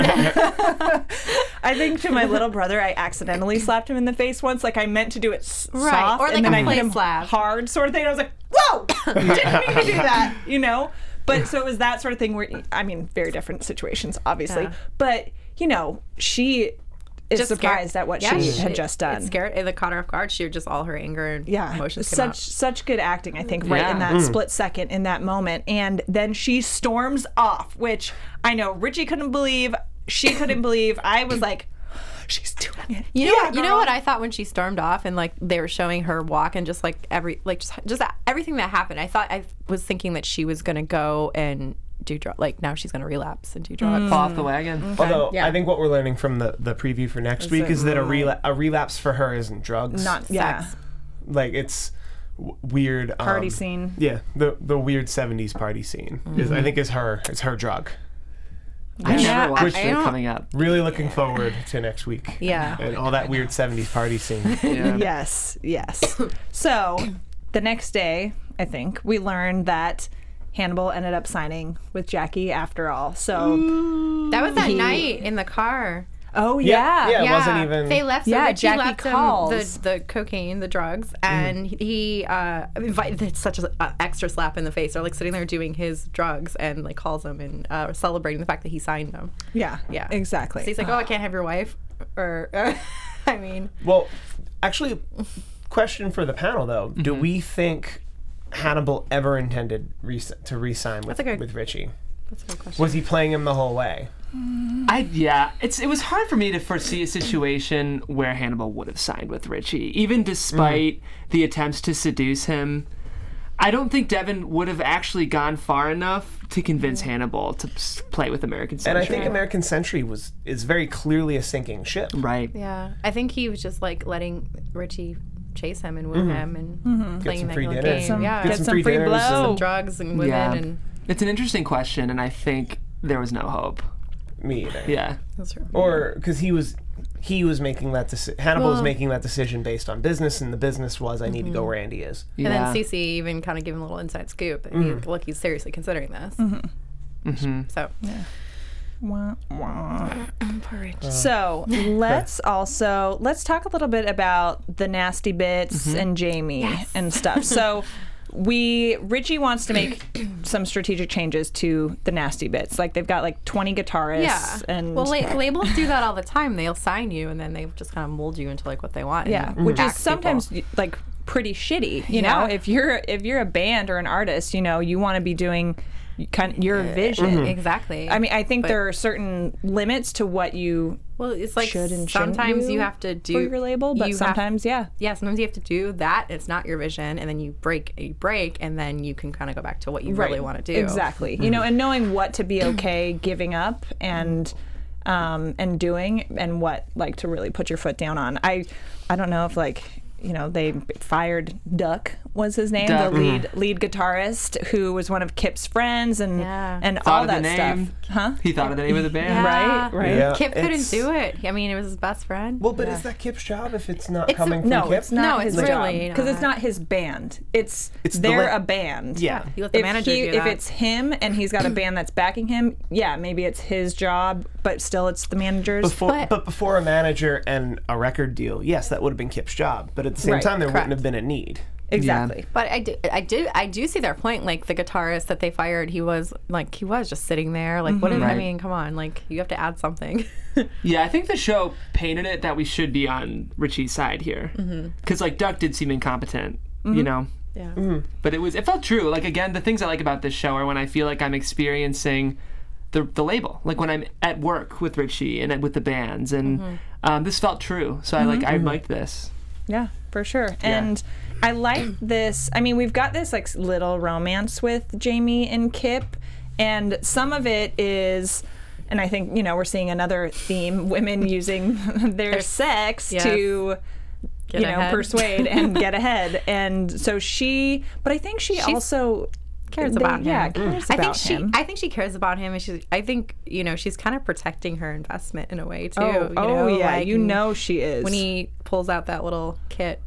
S3: I think to my little brother, I accidentally slapped him in the face once. Like I meant to do it s-
S6: Right,
S3: soft,
S6: or like
S3: and then
S6: a
S3: I
S6: play
S3: hit him
S6: slap.
S3: hard, sort of thing. I was like, whoa, didn't mean to do that, you know. But so it was that sort of thing where I mean, very different situations, obviously.
S6: Yeah.
S3: But you know, she is
S6: Just scared-
S3: surprised at what
S6: Yeah,
S3: she, had just done.
S6: It scared. It caught her off guard. She just all her anger and
S3: yeah
S6: emotions came
S3: such
S6: out.
S3: such good acting i think right
S4: Yeah.
S3: in that split second in that moment and then she storms off which i know richie couldn't believe she couldn't believe i was like she's doing it
S6: You know,
S3: Yeah,
S6: what, you know
S3: girl.
S6: what I thought when she stormed off and like they were showing her walk and just like every like just, just everything that happened. I thought I was thinking that she was gonna go and do drug like now she's gonna relapse and do drugs.
S4: Fall off the wagon.
S5: Although
S6: Yeah.
S5: I think what we're learning from the, the preview for next week is that a, rela- a relapse for her isn't drugs.
S3: not yeah
S6: Sex.
S5: like it's w- weird um,
S3: party scene
S5: Yeah, the the weird '70s party scene. Is, I think is her. It's her drug.
S4: I
S6: Yeah,
S4: never watched
S6: I- I
S4: it
S6: don't-
S4: coming up.
S5: Really looking forward to next week.
S6: Yeah.
S5: and all that weird '70s party scene.
S4: Yeah.
S3: yes yes so the next day i think we learned that hannibal ended up signing with jackie after all so
S6: That was that night in the car.
S3: oh yeah
S5: yeah. It wasn't even-
S6: They left.
S3: Yeah,
S6: Yeah,
S3: Jackie
S6: Jackie left him
S3: calls.
S6: the, the cocaine, the drugs,
S5: Mm.
S6: and he uh, invited it's such an extra slap in the face. They're like sitting there doing his drugs, and like calls him and uh, celebrating the fact that he signed them.
S3: yeah
S6: Yeah.
S3: exactly
S6: So he's like, "Oh, I can't have your wife," or I mean,
S5: Well, actually, question for the panel though: Do we think Hannibal ever intended re- to re-sign with,
S6: a good-
S5: with Richie?
S6: that's a good question.
S5: Was he playing him the whole way?
S4: I yeah, it's it was hard for me to foresee a situation where Hannibal would have signed with Richie, even despite the attempts to seduce him. I don't think Devin would have actually gone far enough to convince Hannibal to s- play with American
S5: And
S4: Century.
S5: I think American Century was is very clearly a sinking ship.
S4: right.
S6: Yeah, I think he was just like letting Richie chase him and woo
S4: Mm-hmm.
S6: him and
S3: Mm-hmm.
S6: playing
S5: some
S6: that
S5: free
S6: little
S5: dinner.
S6: game.
S5: Some-
S6: yeah,
S5: Get
S3: Get
S5: some
S3: some
S5: free
S3: free
S5: dinners and-
S3: blow.
S6: drugs and women
S4: Yeah.
S6: and
S4: It's an interesting question, and I think there was no hope.
S5: Me either.
S4: Yeah.
S6: those are-
S5: or because he was he was making that deci- Hannibal was making that decision based on business, and the business was I need to go where Andy is.
S4: yeah. Mm-hmm.
S6: And then Cece even kind of gave him a little inside scoop. that he- Look, he's seriously considering this.
S3: Mm-hmm.
S6: So,
S3: Wah, wah. So let's also let's talk a little bit about the nasty bits and Jamie and stuff. So we Richie wants to make some strategic changes to the nasty bits. Like they've got like twenty guitarists
S6: yeah.
S3: and
S6: well, la- labels do that all the time. They'll sign you and then they just kind of mold you into like what they want. and
S3: yeah, which is
S6: axe people.
S3: sometimes y- like pretty shitty. You
S6: Yeah.
S3: know, if you're if you're a band or an artist, you know you want to be doing kind your vision.
S4: Mm-hmm.
S6: Mm-hmm. Exactly.
S3: I mean, I think
S6: But-
S3: there are certain limits to what you
S6: well, it's like
S3: should and shouldn't
S6: sometimes you
S3: do
S6: have to do
S3: for your label, but
S6: you have-
S3: sometimes yeah.
S6: yeah, sometimes you have to do that. It's not your vision, and then you break, you break, and then you can kind of go back to what you really want to do.
S3: Exactly. You know, and knowing what to be okay giving up and um, and doing and what like to really put your foot down on. I I don't know if like you know they fired Duck was his name
S4: Duck. Mm-hmm.
S3: the lead lead guitarist who was one of Kip's friends and
S6: Yeah.
S3: and
S4: Thought
S3: all
S4: of
S3: that
S4: the name.
S3: stuff. Huh?
S4: He thought of the name of the band.
S6: Yeah.
S3: Right, right.
S5: Yeah,
S6: Kip couldn't
S5: it's-
S6: do it. I mean, it was his best friend.
S5: Well, but is that Kip's job if it's not
S6: It's a-
S5: coming from
S3: No,
S5: Kip?
S3: it's not.
S6: No, it's
S3: his
S6: really
S3: because it's
S6: not.
S3: not his band. It's
S5: It's the
S3: they're
S5: le-
S3: a band.
S5: Yeah.
S6: You let the
S3: if
S6: manager
S3: he-
S6: do
S3: If
S6: that.
S3: it's him and he's got a band that's backing him, yeah, maybe it's his job, but still it's the manager's.
S5: Before, but,
S6: But-
S5: before a manager and a record deal, yes, that would have been Kip's job. But at the same
S3: Right,
S5: time, there
S6: correct.
S5: wouldn't have been a need.
S3: exactly.
S6: But I do, I do, I do see their point. Like the guitarist that they fired, he was like, he was just sitting there. Like,
S3: Mm-hmm.
S6: what is? I
S4: Right.
S6: mean, come on. Like, you have to add something.
S4: Yeah, I think the show painted it that we should be on Richie's side here, because like Duck did seem incompetent, you know.
S6: Mm-hmm. yeah.
S4: But it was it felt true. Like again, the things I like about this show are when I feel like I'm experiencing the the label, like when I'm at work with Richie and with the bands, and
S6: Mm-hmm.
S4: um, this felt true. So I like I liked this.
S3: Yeah, for sure. And I like this. I mean, we've got this like little romance with Jamie and Kip, and some of it is. And I think you know we're seeing another theme: women using their sex
S6: yes.
S3: to you know
S6: ahead.
S3: persuade and get ahead. And so she, but I think she also
S6: Cares
S3: they-
S6: about
S3: yeah,
S6: him.
S3: cares
S6: I think
S3: about
S6: she,
S3: him.
S6: I think she cares about him, and she's. I think you know she's kind of protecting her investment in a way too.
S3: Oh,
S6: you
S3: oh,
S6: know,
S3: yeah,
S6: like,
S3: you
S6: and
S3: know she is.
S6: when he pulls out that little kit.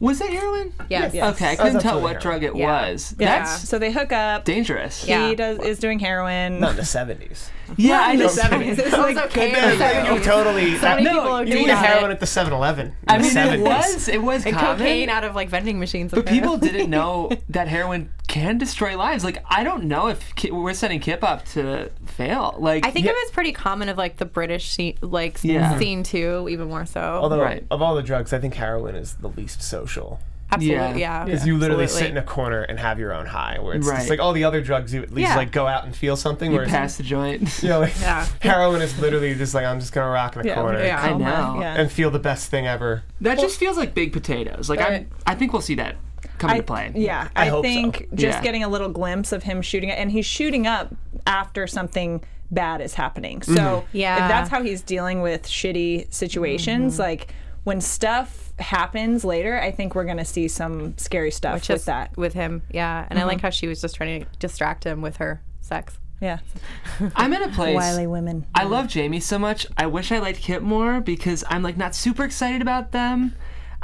S4: Was that heroin?
S6: Yes.
S3: Yes.
S4: Okay, I couldn't tell
S5: absolutely
S4: what drug it
S6: Yeah.
S4: was.
S3: yeah,
S4: That's
S3: so they hook up.
S4: dangerous.
S6: Yeah.
S3: He does is doing heroin.
S5: Not in the seventies.
S4: yeah I
S5: No,
S4: just.
S5: I'm kidding.
S3: It's like-
S6: okay.
S5: Yeah, like, you totally. that-
S6: many
S5: no,
S6: people
S5: you
S6: agreed
S5: need a
S6: on
S5: heroin
S6: it.
S5: at the 7-Eleven.
S4: I mean, it was it was
S6: And
S4: common.
S6: cocaine out of like vending machines.
S4: But people didn't know that heroin can destroy lives. Like I don't know if Ki- we're setting Kip up to fail. Like
S6: I think it was pretty common of like the British scene, like
S4: Yeah.
S6: scene too, even more so.
S5: Although
S4: Right.
S5: of all the drugs, I think heroin is the least social.
S6: Absolutely,
S4: Yeah.
S6: yeah.
S5: Because you literally sit in
S6: Absolutely.
S5: a corner and have your own high, where it's
S4: Right.
S5: just like all the other drugs you at least
S6: Yeah.
S5: like go out and feel something.
S4: you
S5: whereas,
S4: pass the joint.
S5: you know, like,
S6: Yeah.
S5: heroin is literally just like I'm just gonna rock in a
S3: Yeah,
S5: corner
S3: yeah.
S4: I
S3: Oh my-
S4: know.
S3: yeah.
S5: and feel the best thing ever.
S4: That just feels like big potatoes. Like
S3: Right.
S4: I, I think we'll see that come
S3: I,
S4: into play.
S3: Yeah,
S5: I
S3: I,
S5: hope so.
S3: think just
S4: Yeah.
S3: getting a little glimpse of him shooting it, and he's shooting up after something bad is happening. So
S6: Yeah. Mm-hmm.
S3: if that's how he's dealing with shitty situations, like when stuff happens later, I think we're gonna see some scary stuff with
S6: Just
S3: that.
S6: with him, yeah. And I like how she was just trying to distract him with her sex.
S3: Yeah,
S4: I'm in a place.
S3: wily women.
S4: I love Jamie so much. I wish I liked Kip more because I'm like not super excited about them.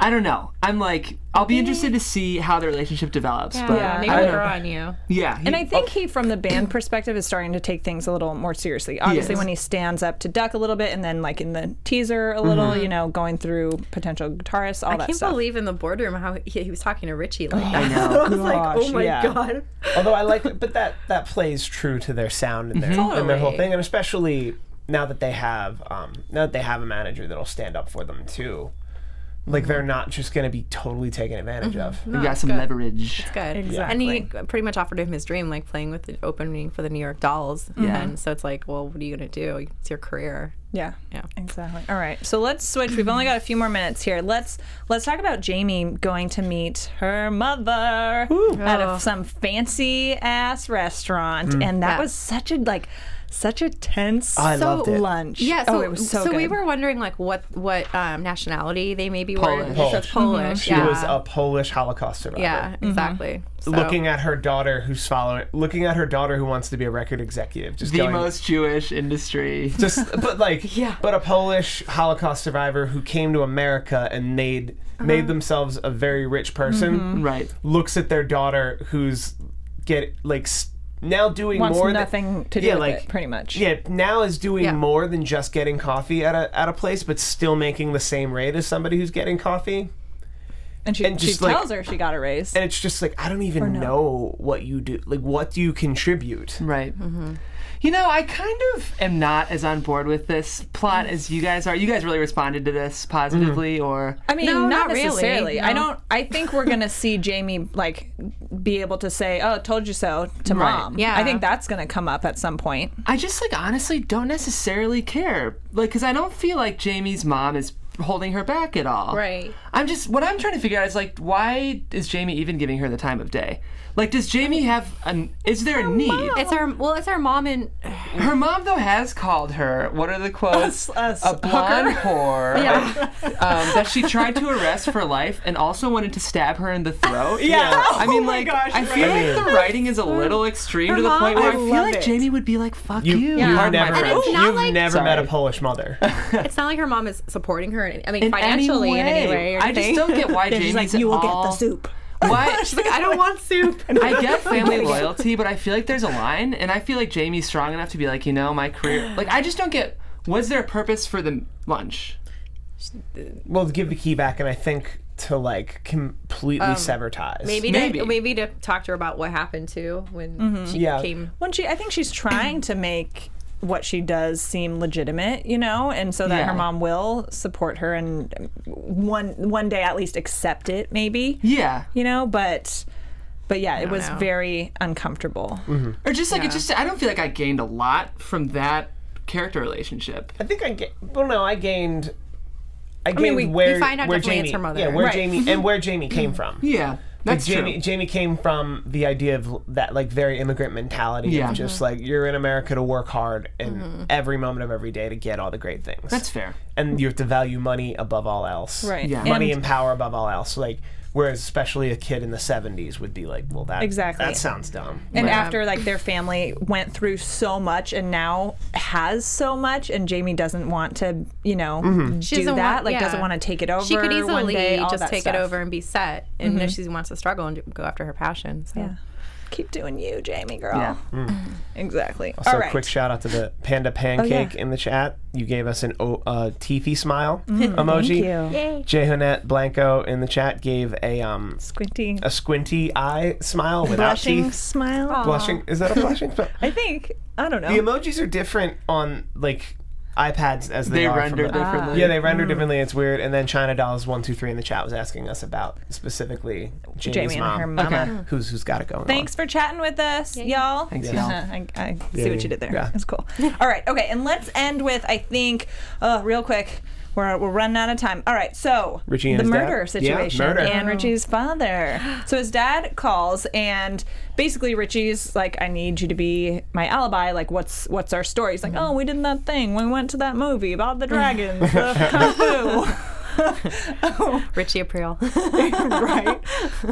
S4: I don't know. I'm like I'll be interested to see how their relationship develops. But
S3: Yeah.
S6: Uh, maybe
S4: I don't
S6: they'll
S4: know.
S6: grow on you.
S4: Yeah. he-
S3: And I think he, from the band perspective, is starting to take things a little more seriously. Obviously,
S4: is.
S3: when he stands up to Duck a little bit, and then like in the teaser a little, you know, going through potential guitarists, all
S6: I
S3: that
S6: can't
S3: stuff.
S6: believe in the boardroom how he, he was talking to Richie like
S4: I
S6: that.
S4: know.
S6: I was like, oh
S3: Gosh,
S6: my
S3: yeah.
S6: god.
S5: Although I like, but that that plays true to their sound and their and their whole
S6: Totally.
S5: thing, and especially now that they have um, now that they have a manager that'll stand up for them too. Like they're not just going to be totally taken advantage of.
S6: Mm-hmm.
S4: we got some leverage.
S6: Good.
S3: Exactly.
S6: And he pretty much offered him his dream, like playing with the opening for the New York Dolls. And so it's like, well, what are you gonna do? It's your career.
S3: Yeah.
S6: Yeah.
S3: Exactly. All right. So let's switch. We've only got a few more minutes here. Let's let's talk about Jamie going to meet her mother at a, some fancy ass restaurant, and that
S6: Yeah.
S3: was such a like such a tense
S5: I loved it.
S3: lunch.
S6: Yeah, so,
S3: oh, it was so,
S6: we
S3: good.
S6: were wondering like what what um, nationality they maybe were.
S4: Polish.
S6: So it's Polish.
S5: She
S6: yeah.
S5: was a Polish Holocaust survivor.
S6: yeah, exactly. So-
S5: Looking at her daughter who's following, looking at her daughter who wants to be a record executive, just
S4: The
S5: going,
S4: most Jewish industry.
S5: just but like
S6: Yeah.
S5: but a Polish Holocaust survivor who came to America and made
S6: Uh-huh.
S5: made themselves a very rich person
S6: Mm-hmm.
S4: Right.
S5: looks at their daughter who's get like s- now doing
S3: wants
S5: more
S3: nothing
S5: than,
S3: to do
S5: yeah,
S3: with
S5: like
S3: it, pretty much.
S5: yeah now is doing
S6: Yeah.
S5: more than just getting coffee at a at a place but still making the same rate as somebody who's getting coffee
S3: And she,
S5: and
S3: she
S5: just, like-
S3: tells her she got a raise.
S5: and it's just like I don't even
S3: no.
S5: know what you do like what do you contribute
S4: Right. You know, I kind of am not as on board with this plot as you guys are. You guys really responded to this positively, or
S3: I mean,
S6: No,
S3: not,
S6: not really,
S3: necessarily. I
S6: no.
S3: don't. I think we're gonna see Jamie like be able to say, "Oh, told you so" to
S4: Right.
S3: mom.
S6: Yeah.
S3: I think that's gonna come up at some point.
S4: I just like honestly don't necessarily care, like because I don't feel like Jamie's mom is holding her back at all.
S6: Right.
S4: I'm just what I'm trying to figure out is like why is Jamie even giving her the time of day? Like, does Jamie have an? Is there a need?
S6: It's our well, it's our mom and
S4: Her mom though has called her. What are the quotes?
S3: Us- us.
S4: a blonde whore
S6: Yeah.
S4: um, that she tried to arrest for life and also wanted to stab her in the throat.
S3: Yeah.
S4: I mean,
S3: Oh my
S4: like,
S3: gosh,
S4: I feel
S5: right.
S4: like the writing is a little extreme to the
S6: mom-
S4: point where
S3: I
S4: I, feel
S3: love
S4: like
S3: it.
S4: Jamie would be like, "Fuck
S5: You,
S4: you."
S5: you've
S6: Yeah.
S4: pardon my
S5: never,
S6: And it's
S4: French."
S6: not
S5: you've
S6: like-
S5: never met a
S4: Sorry.
S5: Polish mother.
S6: It's not like her mom is supporting her. In, I mean,
S4: In any
S6: financially in any
S4: way.
S6: way. Or
S4: I just
S6: anything.
S4: don't get why
S3: She's like,
S4: Jamie's
S3: you will
S4: at
S3: get
S4: all-
S3: the soup.
S4: Why?
S6: She's like, I don't want soup.
S4: I get family loyalty, but I feel like there's a line, and I feel like Jamie's strong enough to be like, you know, my career. Like, I just don't get. Was there a purpose for the lunch?
S5: well, give the key back, and I think to like completely
S6: Um,
S5: sever ties.
S6: Maybe,
S4: Maybe.
S6: To, maybe to talk to her about what happened too when she
S5: Yeah.
S6: came.
S3: when she i think she's trying to make what she does seem legitimate you know and so that
S4: Yeah.
S3: her mom will support her and one one day at least accept it maybe
S4: Yeah.
S3: you know but but yeah it was
S6: know.
S3: very uncomfortable
S4: Or just like it just I don't feel like I gained a lot from that character relationship.
S5: I think I ga- well no I gained I gained
S6: mean, we-
S5: where
S6: we find out
S5: where
S6: definitely
S5: Jamie
S6: it's her mother. Mm-hmm.
S5: yeah where
S3: Right.
S5: Jamie and where Jamie came from
S4: Yeah. That's
S5: Jamie
S4: true.
S5: Jamie came from the idea of l- that like very immigrant mentality
S4: Yeah.
S5: of
S6: Mm-hmm.
S5: just like you're in America to work hard and every moment of every day to get all the great things
S4: That's fair.
S5: and you have to value money above all else
S3: right
S4: Yeah.
S5: money
S3: and
S5: and power above all else like whereas especially a kid in the 70s would be like well that
S3: Exactly.
S5: that sounds dumb
S3: and
S6: Yeah.
S3: after like their family went through so much and now has so much and Jamie doesn't want to, you know, do
S4: Mm-hmm.
S3: that,
S6: doesn't want-
S3: like doesn't
S6: yeah.
S3: want to take it over.
S6: She could
S3: one
S6: easily
S3: day, all
S6: just
S3: that
S6: take
S3: stuff. Mm-hmm.
S6: it over and be set, and if she wants to struggle and go after her passion. So.
S3: Yeah. Keep doing you, Jamie girl.
S4: Yeah.
S6: Mm.
S3: Exactly.
S5: So
S3: all right. Oh,
S5: quick shout out to the panda pancake in the chat. You gave us an o- uh, teethy smile emoji.
S3: Mm. Thank you.
S5: Jehonette Blanco in the chat gave a um
S3: Squinty.
S5: a squinty eye smile without
S3: blushing
S5: teeth.
S3: smile.
S5: Blushing is that a blushing? smile?
S3: I think I don't know.
S5: the emojis are different on like iPads as they,
S4: They
S5: are from
S4: render
S5: the-
S4: differently.
S3: Ah.
S5: Yeah, they render
S3: Mm.
S5: differently. It's weird. And then China Dolls one two three in the chat was asking us about specifically Jamie's
S3: Jamie and
S5: mom,
S3: her mama.
S4: Okay.
S5: who's who's got it going. on.
S3: Thanks for chatting with us, y'all.
S4: Thanks,
S3: Uh-huh.
S4: y'all.
S3: I, I see what you did there.
S5: Yeah.
S3: That's cool. All right. Okay. And let's end with I think, uh, real quick. We're, we're running out of time. All right, so
S5: Richie and
S3: the
S5: his dad?
S3: murder
S5: Yeah,
S3: situation
S5: murder.
S3: and Richie's father. So his dad calls and basically Richie's like, "I need you to be my alibi. Like, what's what's our story?" He's like,
S5: Mm-hmm.
S3: "Oh, we did that thing. We went to that movie about the dragons, the kung Oh. fu."
S6: Richie April.
S3: right?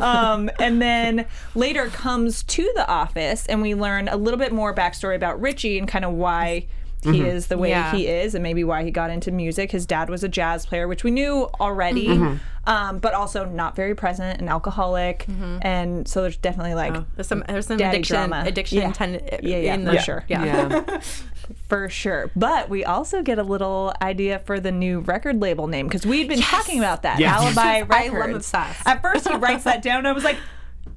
S3: Um, and then later comes to the office, and we learn a little bit more backstory about Richie and kind of why he is the way
S6: Yeah.
S3: he is, and maybe why he got into music. His dad was a jazz player, which we knew already, um, but also not very present and alcoholic. And so there's definitely like,
S6: There's some there's some
S3: Daddy
S6: addiction
S3: drama.
S6: addiction
S3: Yeah.
S6: ten,
S3: yeah, yeah,
S6: in
S3: for
S6: the
S3: sure.
S6: Yeah.
S4: Yeah.
S3: for sure. But we also get a little idea for the new record label name because we've been talking about that.
S5: Yes.
S3: Alibi
S6: I love
S3: Records.
S6: obsessed.
S3: At first, he writes that down. and I was like,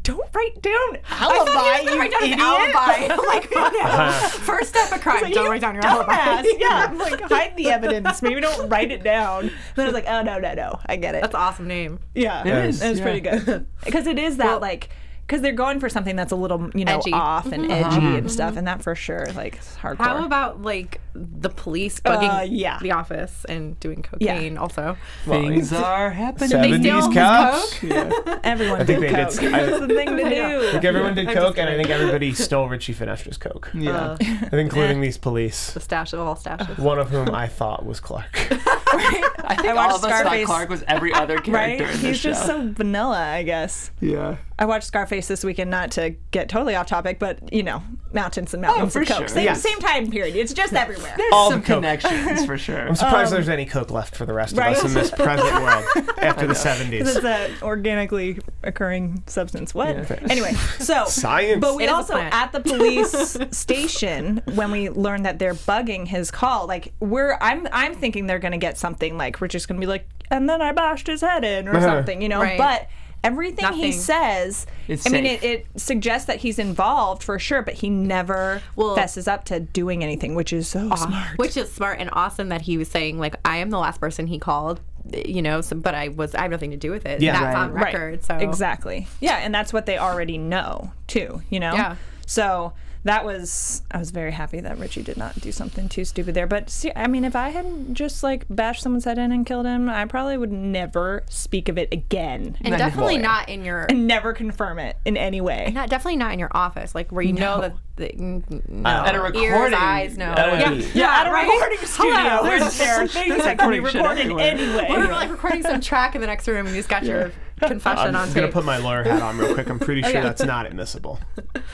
S3: don't write down alibi.
S6: I thought he was gonna write down his alibi. Oh my god!
S5: Uh-huh.
S6: First step of crime. Don't write down your alibi.
S3: Dumbass. Yeah, I'm like hide the evidence. Maybe don't write it down. And then I was like, oh no, no, no, I get it.
S6: That's an awesome name.
S3: yeah,
S4: It is,
S3: It's
S4: yeah.
S3: pretty good because it is that like because they're going for something that's a little you know
S6: Edgy. Mm-hmm.
S3: off and edgy
S4: Mm-hmm.
S3: and stuff, and that for sure like is hardcore.
S6: How about like the police bugging
S3: Uh, yeah.
S6: the office and doing cocaine also?
S4: Things are happening.
S6: steal
S5: 70s
S6: his
S5: cops. Yeah.
S3: everyone?
S5: I think
S3: do
S5: they did-
S3: coke.
S5: I-
S3: That's the thing to do.
S5: think everyone did coke, and I think everybody stole Richie Finestra's coke,
S4: Yeah.
S3: Uh,
S5: including these police.
S6: The stash of all stashes.
S5: One of whom I thought was Clark.
S4: I think
S3: I watched
S4: all of us thought
S3: Scarface.
S4: Clark was every other character
S3: Right?
S4: in this
S3: He's just
S4: show.
S3: so vanilla, I guess.
S4: yeah.
S3: I watched Scarface this weekend, not to get totally off topic, but you know, mountains and mountains
S4: for
S3: of coke.
S4: sure,
S3: Same,
S4: yes.
S3: same time period. It's just everywhere.
S5: All
S4: Some
S5: the coke.
S4: connections for sure.
S5: I'm surprised there's any coke left for the rest
S3: Right.
S5: of us in this present world after the
S3: It's
S5: 70s.
S3: an organically occurring substance. What? Anyway, so
S5: Science.
S3: But we
S6: It is a
S3: also
S6: plant.
S3: at the police station when we learn that they're bugging his call. Like we're, I'm, I'm thinking they're gonna get something. Like we're just gonna be like, and then I bashed his head in
S4: Uh-huh.
S3: or something, you know.
S6: Right.
S3: But everything he
S6: Nothing.
S3: says,
S4: It's
S3: I mean,
S4: safe.
S3: it, it suggests that he's involved for sure, but he never
S6: Well- uh,
S3: fesses up to doing anything, which is so smart.
S6: Which is smart and awesome that he was saying like I am the last person he called, you know. So, but I was I have nothing to do with it.
S5: Yeah.
S6: that's
S5: Right.
S6: on record. So
S3: Exactly. Yeah, and that's what they already know too, you know?
S6: Yeah.
S3: So that was I was very happy that Richie did not do something too stupid there. But see, I mean, if I had just like bashed someone's head in and killed him, I probably would never speak of it again
S6: and definitely not in your
S3: and never confirm it in any way.
S6: not definitely not in your office, like where you know that the, n- n- no.
S4: At a recording.
S6: ears, eyes, no.
S5: Uh, that would
S6: Yeah.
S5: be-
S3: Yeah, at a
S6: right.
S3: recording studio.
S6: Hello.
S3: where
S4: There's
S3: there are
S4: some-
S3: things
S4: there's
S3: that can be
S4: recording shit
S3: recorded
S4: everywhere.
S6: Or
S3: anyway.
S6: like recording some track in the next room and you just got your confession
S5: I'm
S6: on
S5: just gonna
S6: tape.
S5: put my lawyer hat on real quick. I'm pretty sure
S6: yeah.
S5: that's not admissible.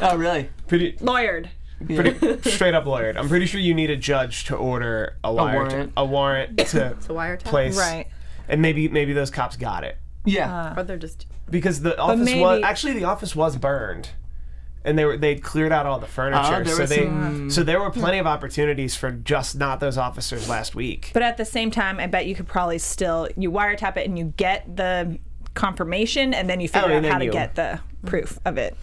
S4: Oh, really?
S5: Pretty,
S3: Lawyered.
S5: pretty straight up lawyered. I'm pretty sure you need a judge to order a, wire,
S4: warrant.
S5: a warrant to
S6: the wiretap.
S5: place,
S3: Right.
S5: And maybe maybe those cops got it Uh.
S3: Uh.
S4: Yeah.
S6: Or they're just
S5: because the office was
S3: maybe-
S5: actually the office was burned, and they were they cleared out all the
S4: Ah,
S5: furniture.
S4: there
S5: so
S4: was
S5: they
S3: Hmm.
S4: some-
S5: so there were plenty of opportunities for just not those officers last week.
S3: But at the same time, I bet you could probably still you wiretap it and you get the confirmation, and then you figure
S5: Oh, and
S3: out
S5: then
S3: how to
S5: you-
S3: get the proof of it.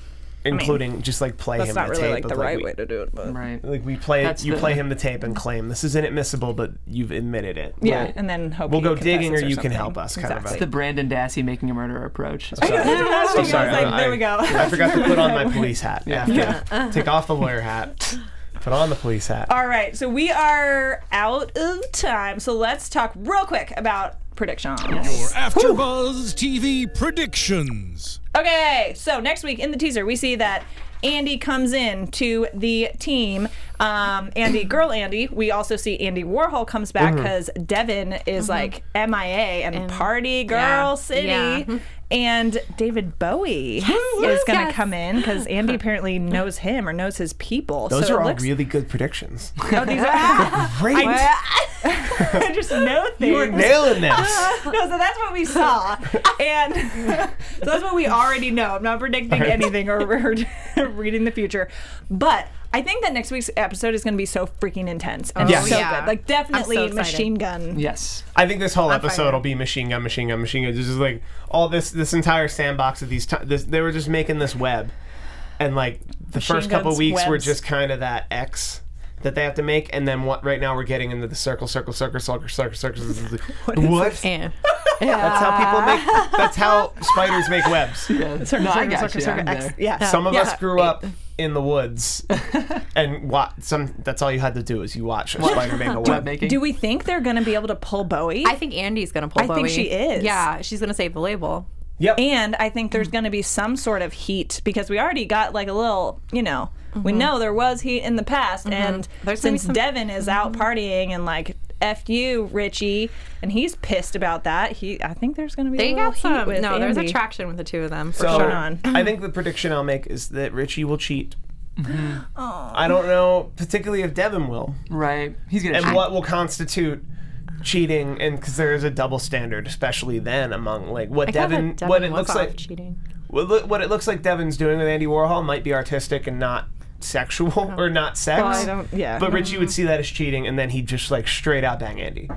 S5: including just like play
S3: That's
S5: him
S3: not
S5: the
S3: really
S5: tape
S3: like
S5: of,
S3: the right
S5: we-
S3: way to do it, but
S4: Right.
S5: Like we play,
S4: That's
S5: you
S4: the-
S5: play him the tape and claim this is inadmissible, but you've admitted it.
S3: yeah,
S4: Right.
S3: and then hope
S5: We'll
S3: he
S5: go digging, or
S3: confesses
S5: you can
S3: something.
S5: help us, kind of
S3: Exactly.
S4: The Brandon Dassey making a murderer approach.
S3: That's what I
S5: Sorry,
S3: was like,
S5: I-
S3: there we go.
S5: I forgot to put on my police hat. After. Take off the lawyer hat, put on the police hat.
S3: All right, so we are out of time, so let's talk real quick about predictions.
S2: Your AfterBuzz TV predictions.
S3: Okay, so next week in the teaser, we see that Andy comes in to the team. Um, Andy, girl Andy. We also see Andy Warhol comes back
S5: Mm-hmm.
S3: because Devin is like MIA and, party girl
S6: Mm-hmm. yeah,
S3: city.
S6: yeah.
S3: And David Bowie is
S6: yes,
S3: going to
S6: yes.
S3: come in because Andy apparently knows him or knows his people.
S5: Those
S3: so
S5: are
S3: it
S5: all
S3: looks,
S5: really good predictions.
S3: Oh, these are
S5: Great,
S3: I just know things.
S5: you were nailing this.
S3: No, so that's what we saw, and so that's what we already know. I'm not predicting anything or re- reading the future, but I think that next week's episode is going to be so freaking intense and
S5: Yes.
S3: so
S6: Oh, yeah.
S3: good. Like definitely
S6: I'm so excited.
S3: machine gun.
S4: yes.
S5: I think this whole episode
S6: fired.
S5: will be machine gun, machine gun, machine gun. Just like all this, this entire sandbox of these. T- this, they were just making this web, and like the first couple
S3: guns,
S5: weeks were
S3: webs.
S5: just kind of that X that they have to make, and then what? Right now we're getting into the circle, circle, circle, circle, circle, circle. circle. what?
S6: eh.
S5: That's how people make. That's how spiders make webs.
S4: Yeah. no, I got you. I'm there.
S3: Yeah.
S5: Some of us grew up in the woods, and wa- some. That's all you had to do is you watch a spider make a
S4: Web
S5: web.
S4: making.
S3: Do we think they're going to be able to pull Bowie?
S6: I think Andy's gonna pull.
S3: I think
S6: Bowie.
S3: she is.
S6: Yeah, she's gonna save the label.
S5: Yep.
S3: and I think there's going to be some sort of heat because we already got like a little, you know, we know there was heat in the past, and
S6: There's gonna be
S3: since
S6: some-
S3: Devin is out partying and like f you Richie, and he's pissed about that. He, I think there's going to be
S6: They
S3: a little
S6: got some.
S3: heat with
S6: No, there's
S3: Andy.
S6: attraction with the two of them. For
S5: So
S6: sure.
S3: on.
S5: I think the prediction I'll make is that Richie will cheat. I don't know, particularly if Devin will,
S4: Right. He's gonna.
S5: and
S4: shoot.
S5: what will constitute cheating, and because there is a double standard, especially then among like what
S6: I thought that
S5: Devin, what it
S6: was
S5: looks
S6: off
S5: like,
S6: cheating.
S5: what, lo- what it looks like Devin's doing with Andy Warhol might be artistic and not sexual or not sex.
S3: Oh. Well, I don't. Yeah. Mm-hmm.
S5: But Richie would see that as cheating, and then he'd just like straight out bang Andy,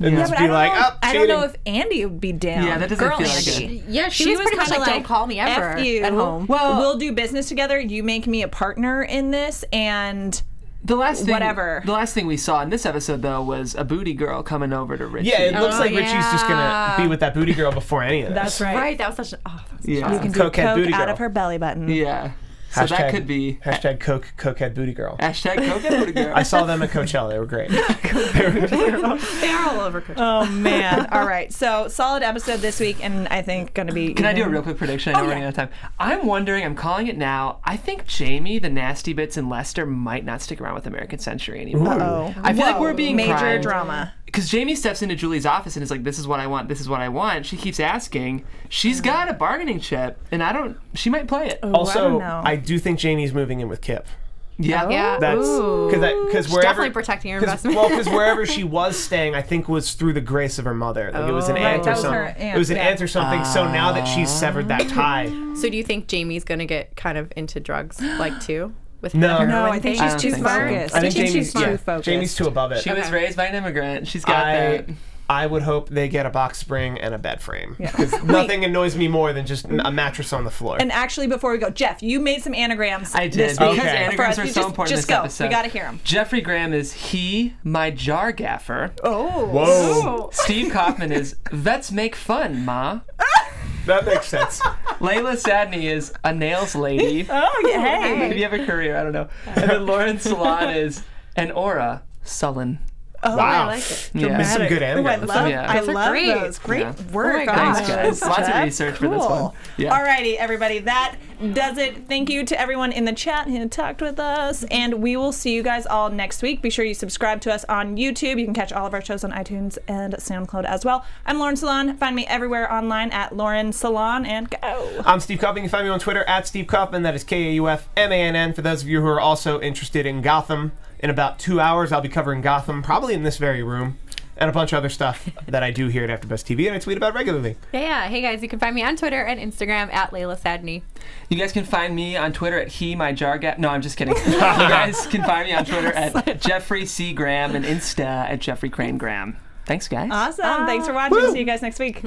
S5: and
S4: Yeah,
S5: just
S3: But
S5: be
S3: I don't,
S5: like,
S3: know,
S5: "Oh,
S3: I don't know
S5: cheating."
S3: if Andy would be down.
S4: Yeah, that doesn't
S3: Girl
S4: feel like
S3: Andy.
S4: it.
S6: Yeah, she,
S3: She
S6: was,
S3: was
S6: pretty much
S3: kinda
S6: like,
S3: like,
S6: "Don't call me ever
S3: F you.
S6: at home."
S4: Well-
S3: we'll do business together. You make me a partner in this, and
S4: The last thing,
S3: Whatever.
S4: The last thing we saw in this episode though was a booty girl coming over to Richie.
S5: yeah, it looks
S6: Oh,
S5: like Richie's just gonna
S6: yeah.
S5: be with that booty girl before any of this.
S3: that's right.
S6: right, that was such. An, oh, that was
S4: yeah.
S3: You can do
S5: Cokehead
S3: coke
S5: booty
S3: out
S5: girl.
S3: of her belly button.
S4: yeah. So that could be
S5: hashtag Coke Cokehead Booty Girl.
S4: hashtag coconut booty girl.
S5: I saw them at Coachella. They were great.
S6: they are all over. Christmas.
S3: Oh man! All right, so solid episode this week, and I think going to be.
S4: Can I do a real quick prediction? I
S3: Oh,
S4: know we're running out of time. I'm wondering, I'm calling it now. I think Jamie, the nasty bits, and Lester might not stick around with American Century anymore.
S3: Oh,
S4: I feel like we're being
S3: major
S4: primed.
S3: drama.
S4: Because Jamie steps into Julie's office and is like, "This is what I want. This is what I want." She keeps asking.
S3: Mm.
S4: She's got a bargaining chip, and I don't. She might play
S3: Oh.
S4: it.
S5: also,
S3: know.
S5: I do think Jamie's moving in with Kip.
S4: yeah,
S6: Yeah.
S5: That's
S6: Ooh.
S5: because
S6: She's
S5: wherever
S6: definitely protecting her
S5: 'cause-
S6: investment.
S5: Well, because wherever she was staying, I think was through the grace of her mother. Like it was an
S6: Oh.
S5: aunt
S6: That
S5: or
S3: was
S5: something.
S3: her aunt,
S5: it was an
S3: yeah. Ah.
S5: aunt or something. so now that she's severed that tie,
S6: So do you think Jamie's gonna get kind of into drugs like too? With
S5: No. No,
S6: her
S3: No,
S6: heroin
S3: I think
S6: thing?
S3: she's too
S4: think so.
S3: focused.
S5: I think
S3: she's
S5: Jamie's
S3: too
S5: yeah,
S3: focused.
S5: Jamie's too above it.
S4: She was raised by an immigrant. She's got
S5: I,
S4: that.
S5: I would hope they get a box spring and a bed frame. Because nothing annoys me more than just a mattress on the floor.
S3: and actually, before we go, Jeff, you made some anagrams.
S4: I did
S3: this
S4: because
S3: week.
S5: Okay.
S3: For us.
S4: anagrams are
S3: You
S4: so
S3: just-
S4: important. in
S3: just
S4: this
S3: go. We
S4: Episode.
S3: gotta hear 'em.
S4: Jeffrey Graham is he my jar gaffer.
S5: Whoa.
S4: Steve Kaufman is vets make fun, ma.
S5: That makes sense.
S4: Layla Sadney is a nails lady.
S3: Oh yeah, hey.
S4: Did you have a career? I don't know. And then Lauren Salon is an aura sullen.
S3: Oh,
S5: wow.
S6: I like it.
S4: Yeah.
S5: Some good
S3: Ooh, I
S5: anagrams.
S3: love,
S4: Yeah.
S3: I
S6: Those are
S3: love
S6: great.
S3: those. Great
S4: Yeah.
S3: work.
S6: my
S3: on
S6: gosh.
S3: those,
S4: Thanks, guys. Lots of
S3: Jeff.
S4: research for this one.
S3: Cool.
S4: Yeah.
S3: Alrighty, everybody. That does it. Thank you to everyone in the chat who talked with us. And we will see you guys all next week. Be sure you subscribe to us on YouTube. You can catch all of our shows on iTunes and SoundCloud as well. I'm Lauren Salon. Find me everywhere online at Lauren Salon and go.
S5: I'm Steve Kaufman. You can find me on Twitter at Steve Kaufman. That is K A U F M A N N. For those of you who are also interested in Gotham, in about two hours, I'll be covering Gotham, probably in this very room, and a bunch of other stuff that I do here at AfterBuzz TV and I tweet about regularly.
S6: Yeah. Hey guys, you can find me on Twitter and Instagram at Layla Sadney.
S4: You guys can find me on Twitter at he my jar gap. No, I'm just kidding. you guys can find me on Twitter at Jeffrey C Graham and Insta at Jeffrey Crane Graham. Thanks, guys.
S3: Awesome. Thanks for watching. See you guys next week.